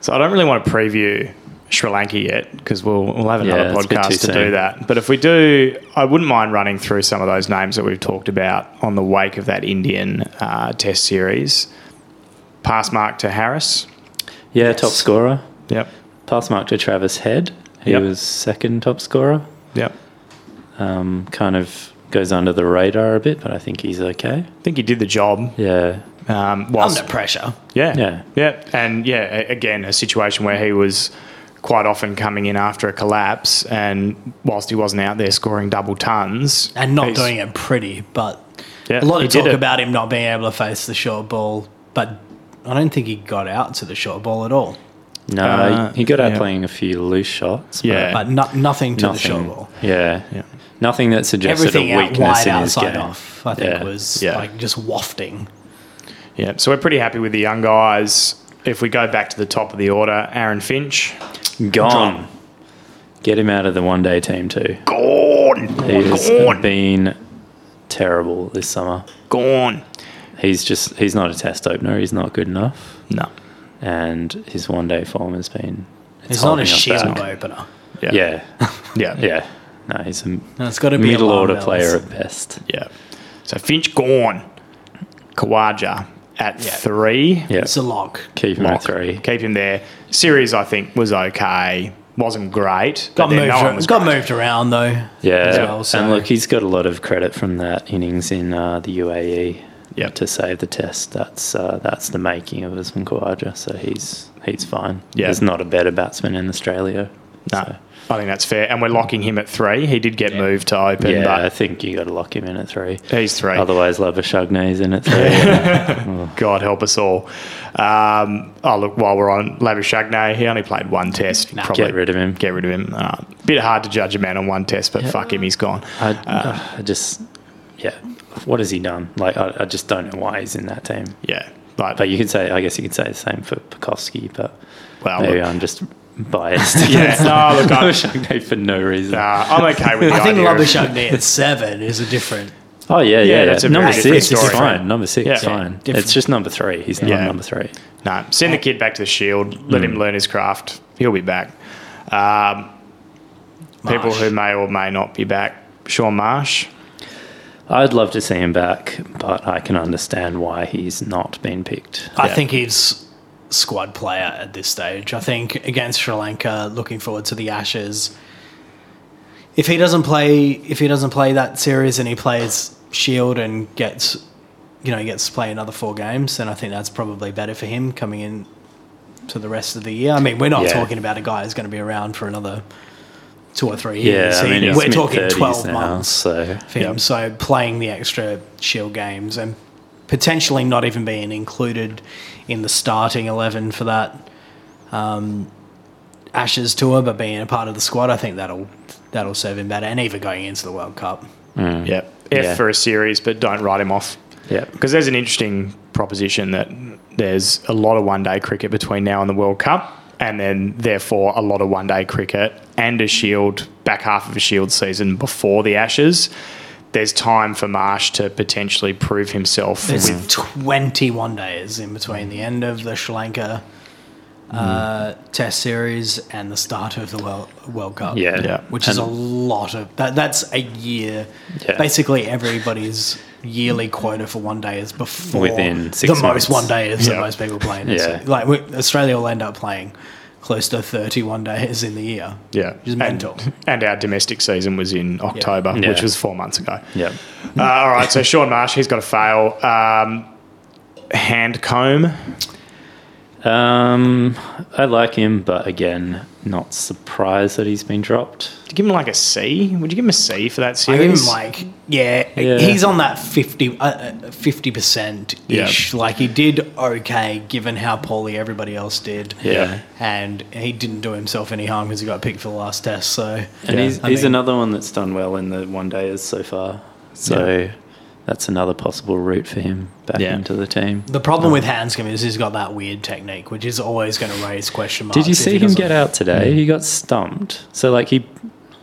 So I don't really want to preview Sri Lanka yet because we'll, we'll have another Yeah, it's a bit podcast to too do soon. that. But if we do, I wouldn't mind running through some of those names that we've talked about on the wake of that Indian uh, Test series. Pass mark to Harris. yeah. Top scorer. Yep. Pass mark to Travis Head. He Yep. was second top scorer. Yep. Um, kind of goes under the radar a bit, but I think he's okay. I think he did the job. Yeah, Um, whilst, Under pressure, Yeah. Yeah. Yeah. And yeah, a- again, a situation where he was quite often coming in after a collapse and whilst he wasn't out there scoring double tons and not he's- doing it pretty. But Yeah, a lot he of did talk it. about him not being able to face the short ball, but I don't think he got out to the short ball at all. no, Uh, he got out yeah. playing a few loose shots. but Yeah. But no, nothing to the short nothing. ball. Yeah. nothing that suggested Everything a out weakness wide in his outside game. off, I think, Yeah. was Yeah. like just wafting. Yeah, so we're pretty happy with the young guys. If we go back to the top of the order, Aaron Finch. Gone. Get him out of the one day team too. Gone. He's been terrible this summer. Gone. He's just he's not a test opener. He's not good enough, No. and his one day form has been. It's not a shit. shield opener. Yeah. Yeah, Yeah. yeah. No, he's a No, it's got to be middle alarm order bells. player at best. Yeah. So Finch gone. Kawaja at Yeah. three. Yeah. It's a lock. Keep him at three. Keep him there. Series, I think, was okay. Wasn't great. but Got then moved. no one ar- was got great. moved around though. Yeah. As well, so- And look, he's got a lot of credit from that innings in uh, the UAE Yep. to save the test. That's uh, that's the making of Usman Khawaja. So he's he's fine. Yeah. There's not a better batsman in Australia. No, So, I think that's fair. And we're locking him at three. He did get moved to open, yeah, I think you got to lock him in at three. but he's three. Otherwise, Labashagna is in at three. God help us all. Um, oh, look, while we're on Labuschagne, he only played one test. Probably Get rid of him. Get rid of him. Uh, bit hard to judge a man on one test, but fuck him, he's gone. I, I just, yeah. What has he done? Like, I, I just don't know why he's in that team. Yeah. Like, But you could say, I guess you could say the same for Pekowski, but well, maybe look, I'm just biased. yeah. No, look, I'm, Labashagna for no reason. nah, I'm okay with the I think idea of- Labuschagne at seven is a different. Oh yeah, yeah. that's a yeah. number very different six is story. fine. Number six Yeah. is fine. Different. It's just number three. He's Yeah. not number three. No, send the kid back to the shield. Let Hmm. him learn his craft. He'll be back. Um, people Marsh. who may or may not be back. Sean Marsh. I'd love to see him back, but I can understand why he's not been picked. I Yeah. think he's squad player at this stage. I think against Sri Lanka, looking forward to the Ashes. If he doesn't play, if he doesn't play that series and he plays Shield and gets, you know, gets to play another four games, then I think that's probably better for him coming in to the rest of the year. I mean, we're not Yeah. talking about a guy who's going to be around for another two or three Yeah, years. I mean, He- he's we're talking mid-thirties twelve now, months So for him. So playing the extra shield games and potentially not even being included in the starting eleven for that um, Ashes tour, but being a part of the squad, I think that'll that'll serve him better. And even going into the World Cup, Yep. F Hmm. Yeah. for a series, but don't write him off. yeah, Because there's an interesting proposition that there's a lot of one day cricket between now and the World Cup, and then therefore a lot of one day cricket and a shield, back half of a shield season before the Ashes. There's time for Marsh to potentially prove himself there's with. twenty one days in between the end of the Sri Lanka. Uh, Test series and the start of the World, World Cup. yeah, Yeah. which is a lot of that. That's a year. Yeah. Basically, everybody's yearly quota for one day is before Within six the months. most one day is Yeah. that most people playing. Yeah. It's like we, Australia will end up playing close to thirty one days in the year. Yeah. is And- mental. And, our domestic season was in October, Yeah. which was four months ago. yeah. Uh, all right, so Sean Marsh, he's got to fail. Um, hand comb. Um, I like him, but again, not surprised that he's been dropped. Did you give him like a C? Would you give him a C for that I series? give him like yeah, Yeah. he's on that uh, 50 percent ish. Like he did okay, given how poorly everybody else did. Yeah. and he didn't do himself any harm because he got picked for the last test. So And Yeah. he's, I he's mean- another one that's done well in the one days so far. So that's another possible route for him back Yeah. into the team. The problem Oh. with Hanscom is he's got that weird technique, which is always going to raise question marks. Did you if he see him doesn't- get out today? He got stumped. So like he,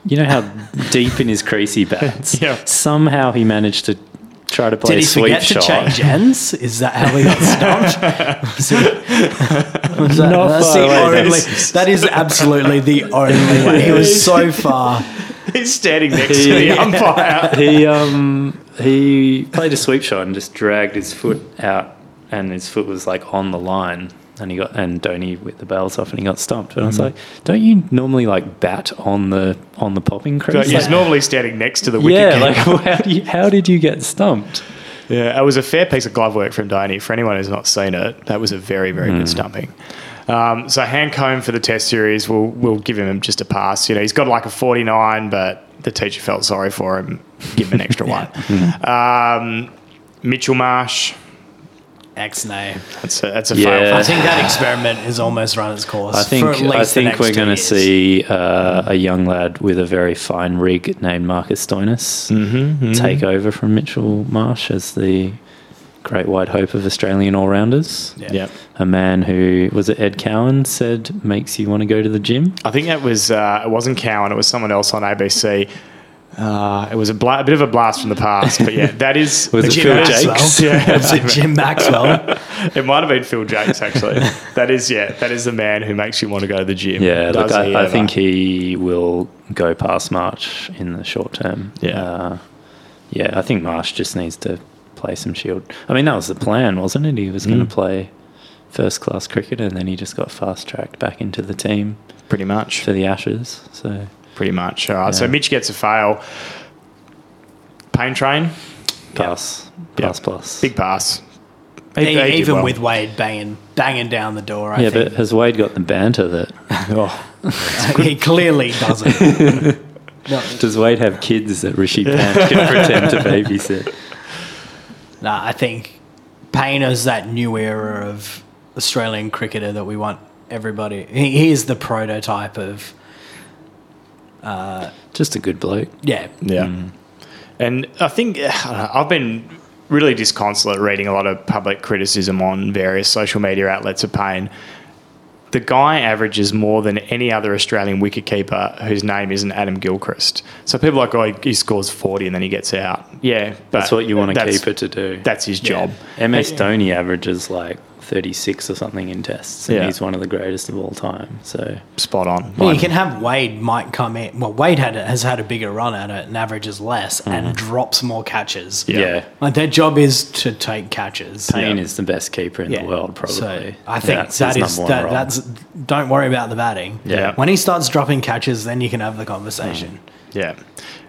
you know how deep in his crease he bats. Yeah. Somehow he managed to try to play Did a he sweep forget shot. to change ends? Is that how he got stumped? Was it- was that- Not that's far the away, only, that is absolutely the only way. He was so far. He's standing next to the umpire. He um he played a sweep shot and just dragged his foot out, and his foot was like on the line. And he got and Donny with the bells off, and he got stumped. And I was Mm-hmm. like, "Don't you normally like bat on the on the popping But crease?" he's Like, normally standing next to the wicket. yeah, keeper. like how, do you, how did you get stumped? yeah, it was a fair piece of glove work from Diney. For anyone who's not seen it, that was a very, very good Hmm. stumping. Um, so Hancombe for the Test series, we'll we'll give him just a pass. You know, he's got like a forty nine, but the teacher felt sorry for him, give him an extra Hmm. one. Um, Mitchell Marsh, X nay. that's a, that's a Yeah. I think that experiment is almost run its course. I think for at least I the think next we're two going to years. see uh, a young lad with a very fine rig named Marcus Stoinis Mm-hmm, take over from Mitchell Marsh as the great white hope of Australian all rounders. fail. Yeah, A man who was it Ed Cowan said makes you want to go to the gym. I think that was uh, it wasn't Cowan, it was someone else on ABC. Uh, it was a, bla- a bit of a blast from the past, but yeah, that is Was it Jim Phil Maxwell. Jakes? Yeah, Was it Jim Maxwell? It might have been Phil Jakes, actually. that is, yeah, that is the man who makes you want to go to the gym. Yeah, look, Does he I, I ever. think he will go past March in the short term. Yeah. Uh, yeah, I think Marsh just needs to play some Shield. I mean, that was the plan, wasn't it? He was going to play first class cricket, and then he just got fast tracked back into the team Pretty much. for the Ashes. So Pretty much. All right. So Yeah. Mitch gets a fail. Pain train, pass, Yeah. pass, plus. big pass. He- E- he did even well. with Wade banging banging down the door, I yeah, but think has Wade got the banter that? Oh, he clearly doesn't. does Wade have kids that Rishi Pant can pretend to babysit? nah, I think Payne is that new era of Australian cricketer that we want everybody. He, he is the prototype of Just a good bloke. yeah. Yeah. Mm. And I think I don't know, I've been really disconsolate reading a lot of public criticism on various social media outlets of pain. The guy averages more than any other Australian wicketkeeper whose name isn't Adam Gilchrist. So people are like, oh, he- he scores 40 and then he gets out. Yeah. But That's what you want to that's- keep it to do. That's his job. MS Dhoni averages like 36 or something in tests, and Yeah. he's one of the greatest of all time. So Spot on. Well, Like, you can have Wade might come in. Well, Wade had has had a bigger run at it and averages less and drops more catches. Mm-hmm. yeah, Like their job is to take catches. Payne is the best keeper in the world, probably. So I think That's that his is number one that, role. that's. Don't worry about the batting. Yeah. When he starts dropping catches, then you can have the conversation. Mm. Yeah,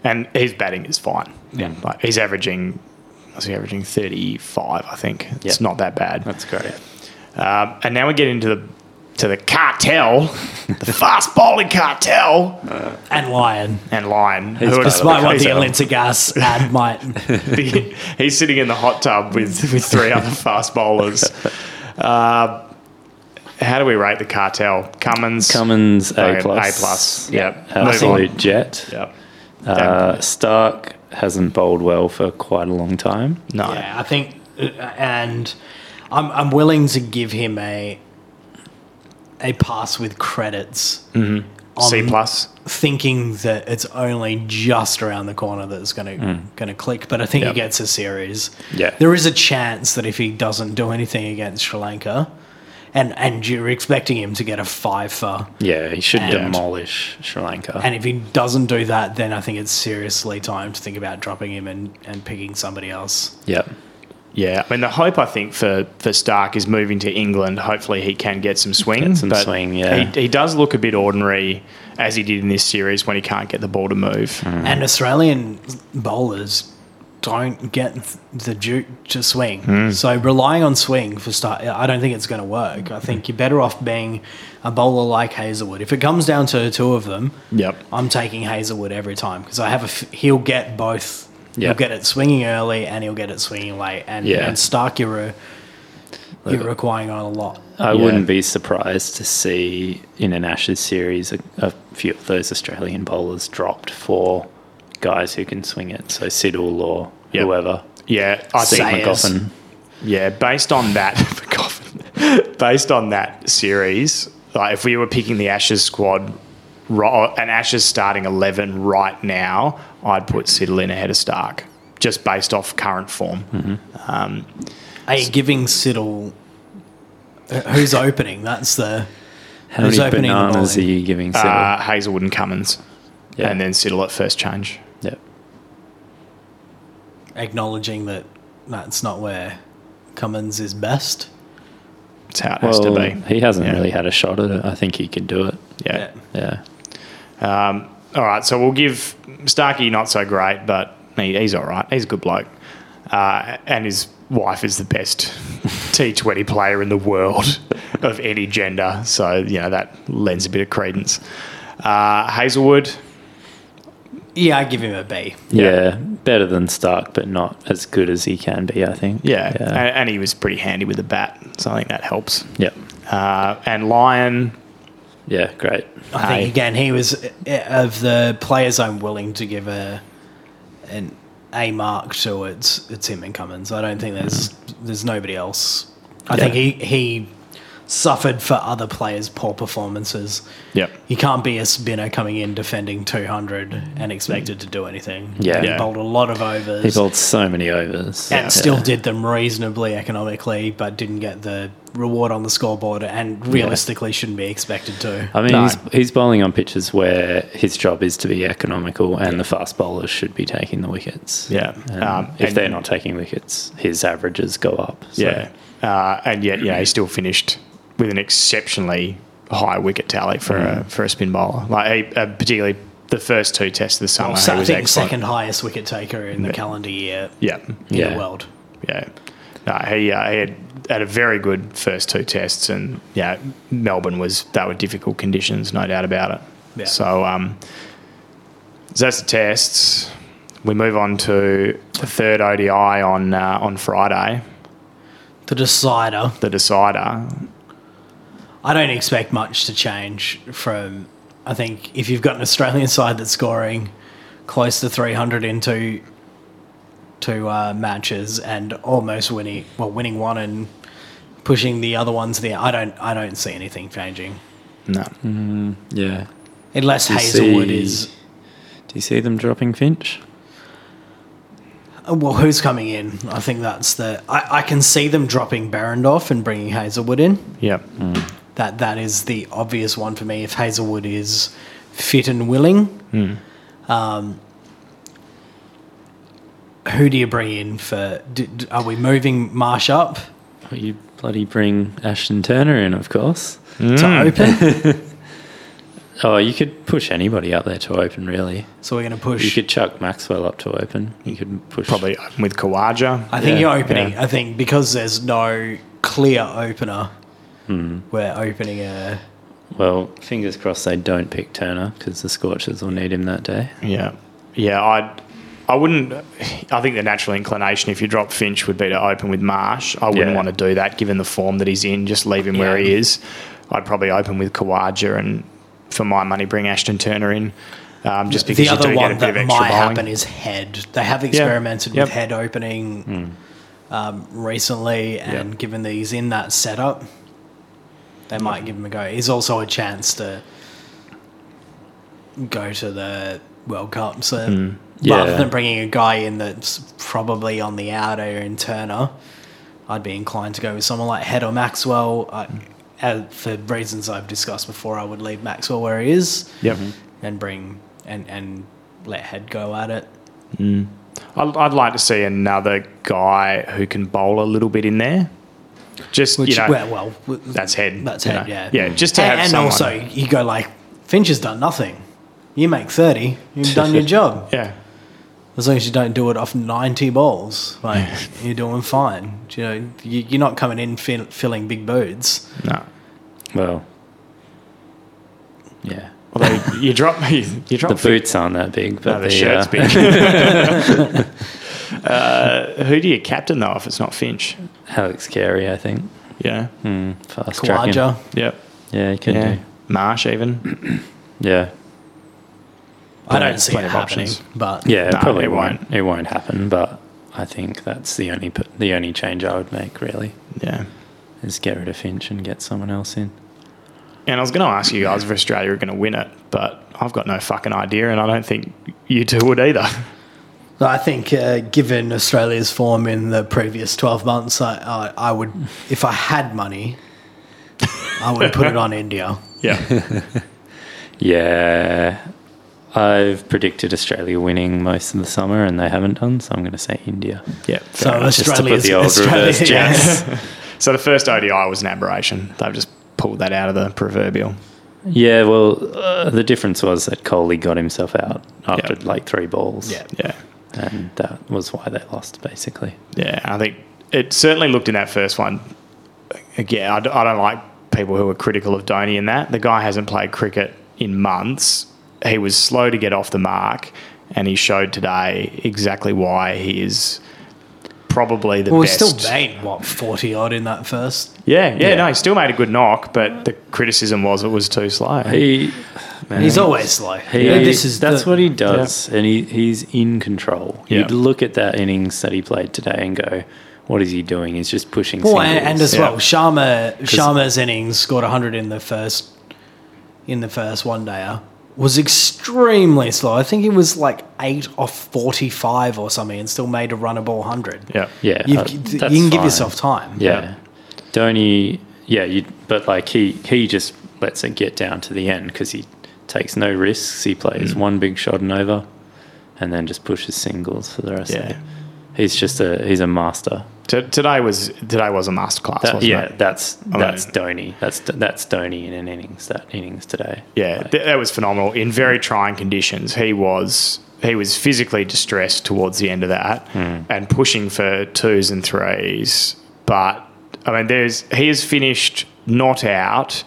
and his batting is fine. Yeah, like he's averaging, was he averaging thirty five? I think it's Yeah. not that bad. that's great. Um, and now we get into the to the cartel, the fast bowling cartel, And Lyon, and Lion. He's part of despite what the he's, Alinta Gas ad might, he's sitting in the hot tub with with three other fast bowlers. Uh, how do we rate the cartel? Cummins. Cummins A Okay, plus. A plus. Yep. Move Absolute jet. Yep. Uh, Stark hasn't bowled well for quite a long time. No. yeah, I think, uh, and I'm I'm willing to give him a a pass with credits. on Mm-hmm. C plus. thinking that it's only just around the corner that it's going to going to click. But I think Mm. Yep. he gets a series. Yeah. there is a chance that if he doesn't do anything against Sri Lanka, and and you're expecting him to get a five for, Yeah, he should And- demolish Sri Lanka. and if he doesn't do that, then I think it's seriously time to think about dropping him and and picking somebody else. yep. Yeah, I mean the hope I think for for Stark is moving to England. Hopefully he can get some swing. Get some swing, yeah. He, he does look a bit ordinary as he did in this series when he can't get the ball to move. Mm. And Australian bowlers. Don't get the juke to swing. Hmm. So relying on swing for start, I don't think it's going to work. I think you're better off being a bowler like Hazelwood. If it comes down to the two of them, Yep. I'm taking Hazelwood every time because I have a f- he'll get both. Yeah. He'll get it swinging early and he'll get it swinging late. And, Yeah. Uh, and Stark, you're, re- you're requiring on a lot. I Yeah. wouldn't be surprised to see in an Ashes series a, a few of those Australian bowlers dropped for guys who can swing it. So Siddle or Yep. whoever. Yeah, I Steve think Sayers. McGoffin. yeah, based on that McGoffin, based on that series, like if we were picking the Ashes squad ro- an Ashes starting 11 right now, I'd put Siddle in ahead of Stark just based off current form. Mm-hmm. Um, Are you giving Siddle. uh, Who's opening? That's the. How Who's many opening the bananas are bowling? you giving Siddle? uh, Hazelwood and Cummins, Yeah. and then Siddle at first change. yep. acknowledging that that's not where Cummins is best. It's how it has Well, to be. he hasn't Yeah. really had a shot at it. I think he could do it. Yeah. Yeah. All right. So we'll give Starkey not so great, but he, he's all right. He's a good bloke. Uh, and his wife is the best T20 player in the world of any gender. So, you know, that lends a bit of credence. Uh, Hazelwood, Yeah, I give him a B. yeah. Better than Stark, but not as good as he can be, I think. yeah. Yeah. And, and he was pretty handy with the bat. So I think that helps. yep. Uh, and Lyon, Yeah. Great. I Aye. think again he was uh, of the players I'm willing to give a an A mark to. It's it's him and Cummins. I don't think there's there's nobody else. I think he he suffered for other players' poor performances. Yep. You can't be a spinner coming in defending 200 and expected to do anything. Yeah. He Yeah. bowled a lot of overs He bowled so many overs. and Yeah. still did them reasonably economically, but didn't get the reward on the scoreboard and realistically shouldn't be expected to. I mean, No. he's, he's bowling on pitches where his job is to be economical and the fast bowlers should be taking the wickets. Yeah. And Um, if and- they're not taking wickets, his averages go up. So. Yeah. Uh, and yet, yeah, he still finished with an exceptionally high wicket tally for a for a spin bowler. Like he, uh, particularly the first two tests of the summer, So he I was think excellent. Oh, second highest wicket taker in the calendar year Yeah. in Yeah. the world. Yeah. No, he, uh, he had, had a very good first two tests, and yeah, Melbourne was they were difficult conditions, no doubt about it. Yeah. So, um, so that's the tests. We move on to the third ODI on uh, on Friday, The decider. the decider. I don't expect much to change from. I think if you've got an Australian side that's scoring close to 300 in two, two uh, matches and almost winning, well, winning one and pushing the other ones there, I don't, I don't see anything changing No, Yeah. unless you Hazelwood see- is. Do you see them dropping Finch? uh, Well, who's coming in? I think that's the. I, I can see them dropping Berendorf and bringing Hazelwood in. yeah, that that is the obvious one for me if Hazelwood is fit and willing. Hmm. Um, who do you bring in for? Do, do- are we moving Marsh up Well, you bloody bring Ashton Turner in, of course. to Hmm. open? Oh, you could push anybody up there to open, really. So we're going to You push. could chuck Maxwell up to open. You could push. probably with Kawaja. I think yeah, you're opening. yeah. I think because there's no clear opener, Hmm. we're opening a. Well, fingers crossed they don't pick Turner because the Scorchers will need him that day. Yeah, yeah. I, I wouldn't. I think the natural inclination, if you drop Finch, would be to open with Marsh. I wouldn't Yeah. want to do that, given the form that he's in. Just leave him where Yeah. he is. I'd probably open with Kawaja and, for my money, bring Ashton Turner in. Um, just because the you other do get a one bit of that might extra bowling. happen is head. They have experimented Yep. with head opening um, recently, and Yep. given that he's in that setup, they might give him a go. He's also a chance to go to the World Cup, so Hmm. rather Yeah. than bringing a guy in that's probably on the outer in Turner, I'd be inclined to go with someone like Head or Maxwell. I, uh, for reasons I've discussed before, I would leave Maxwell where he is Yep. and bring and and let head go at it. I'd, I'd like to see another guy who can bowl a little bit in there. Just Which you know, well, well, w- that's head. that's you head. know. Yeah, Yeah, just to and, have and someone- also you go like Finch has done nothing. You make thirty, you've done your job. yeah, As long as you don't do it off ninety balls, like you're doing fine. Do You know, you, you're not coming in fill, filling big boots. no. Well, yeah. Although you drop you, you drop The boots aren't that big, but No, the, the, shirt's uh, big. uh, who do you captain though if it's not Finch? Alex Carey, I think. Yeah. Hmm, fast tracking. Kawaja, Yep. Yeah, you could Yeah. do. Marsh even. Yeah. I don't Plenty- see plenty it of happening, options. but Yeah, it No, probably it won't. It won't happen, but I think that's the only p- the only change I would make really Yeah. is get rid of Finch and get someone else in. And I was going to ask you guys if Australia are going to win it, but I've got no fucking idea, and I don't think you two would either. No, I think, uh, given Australia's form in the previous 12 months, I, I, I would, if I had money, I would put it on India. Yeah. Yeah. I've predicted Australia winning most of the summer and they haven't done, so I'm going to say India. yeah. So So, Just to put Australia's, the old Australia- reverse jets. so the first ODI was an aberration. They've just pulled that out of the proverbial. Yeah, well, uh, the difference was that Coley got himself out after Yeah. like three balls. Yeah. Yeah. And that was why they lost, basically. Yeah, I think it certainly looked in that first one. Again, I, d- I don't like people who are critical of Donny in that. The guy hasn't played cricket in months. He was slow to get off the mark, and he showed today exactly why he is probably the Well, we best. still made, what, 40 odd in that first? yeah, yeah, Yeah. no, he still made a good knock, but the criticism was it was too slow. He, man, He's always slow. He, this is that's the- what he does, and he, he's in control. Yeah. You'd look at that innings that he played today and go, what is he doing? He's just pushing. Well, singles. and, and as Yeah. well, Sharma Sharma's innings scored 100 in the first in the first one dayer was extremely slow. I think he was like eight off 45 or something, and still made a runnable 100. Yeah. yeah, You've, uh, you can that's give fine. yourself time. Yeah, Donny. Yeah, you, but like he he just lets it get down to the end because he takes no risks. He Mm. plays one big shot and over, and then just pushes singles for the rest. of Yeah. it. he's just a he's a master. T- today was today was a masterclass, That- wasn't yeah, it? that's mean- that's Donny. That's that's Donny in an innings. That innings today. Yeah, Like, th- that was phenomenal in very trying conditions. He was he was physically distressed towards the end of that and pushing for twos and threes. But I mean, there's he has finished not out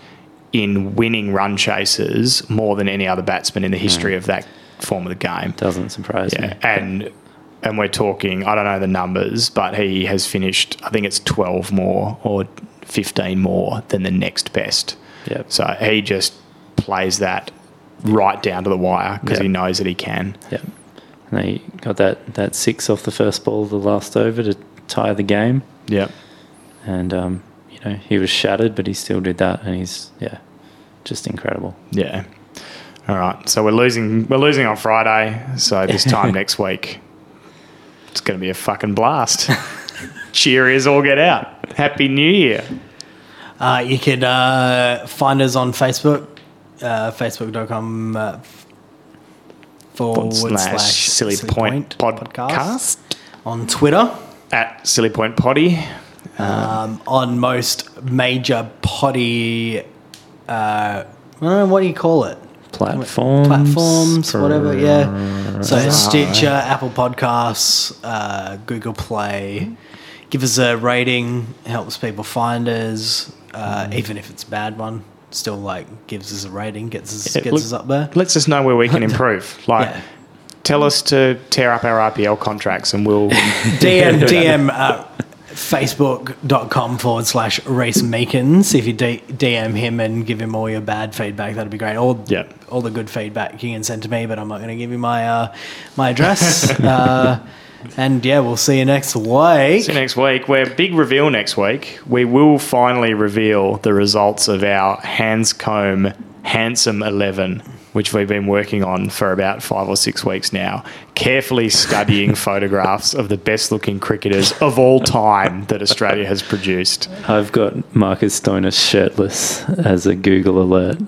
in winning run chases more than any other batsman in the history of that form of the game. doesn't surprise me. Yeah, and and we're talking. I don't know the numbers, but he has finished. I think it's twelve more or fifteen more than the next best. Yep. So he just plays that right down to the wire because Yep. he knows that he can. Yep. And they got that, that six off the first ball of the last over to tie the game. Yep. And, um, you know, he was shattered, but he still did that. And he's, yeah, just incredible. Yeah. All right. So we're losing. We're losing on Friday. So this time next week, it's going to be a fucking blast. Cheer is all get out. Happy New Year. Uh, you could uh, find us on Facebook, uh, facebook.com uh, forward slash, silly, point, podcast. On Twitter, at Silly Point Potty. um, on most major potty, uh, I don't know, what do you call it? Platforms. Platforms, whatever, yeah. So Stitcher, Apple Podcasts, uh, Google Play. Give us a rating, helps people find us, uh, even if it's a bad one. Still, like, gives us a rating, gets us, Yeah, gets look- us up there. Let's us know where we can improve. Like, Yeah. tell us to tear up our RPL contracts and we'll. DM DM uh, Facebook.com forward slash race Meekins. If you D- DM him and give him all your bad feedback, that'd be great. All, Yeah. all the good feedback you can send to me, but I'm not going to give you my uh, my address. uh, and yeah, we'll see you next week. See you next week. We're big reveal next week. We will finally reveal the results of our Hanscombe Handsome 11, which we've been working on for about five or six weeks now, carefully studying photographs of the best looking cricketers of all time that Australia has produced. I've got Marcus Stoner shirtless as a Google alert,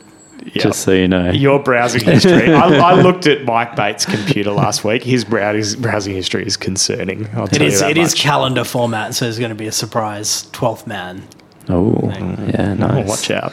Yeah. just so you know. Your browsing history. I, I looked at Mike Bates' computer last week. His browsing, browsing history is concerning. I'll It tell you is that it is much. calendar format, so there's going to be a surprise 12th man. oh, yeah, Oh, nice. watch out.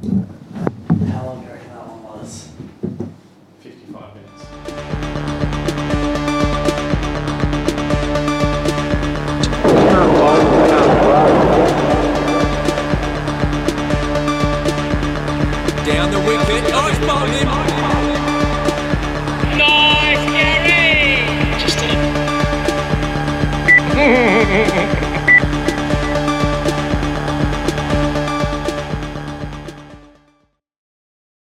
How long do you reckon that one was? 55 minutes. Down the wicket. Nice bowling. Nice, Gary! Just a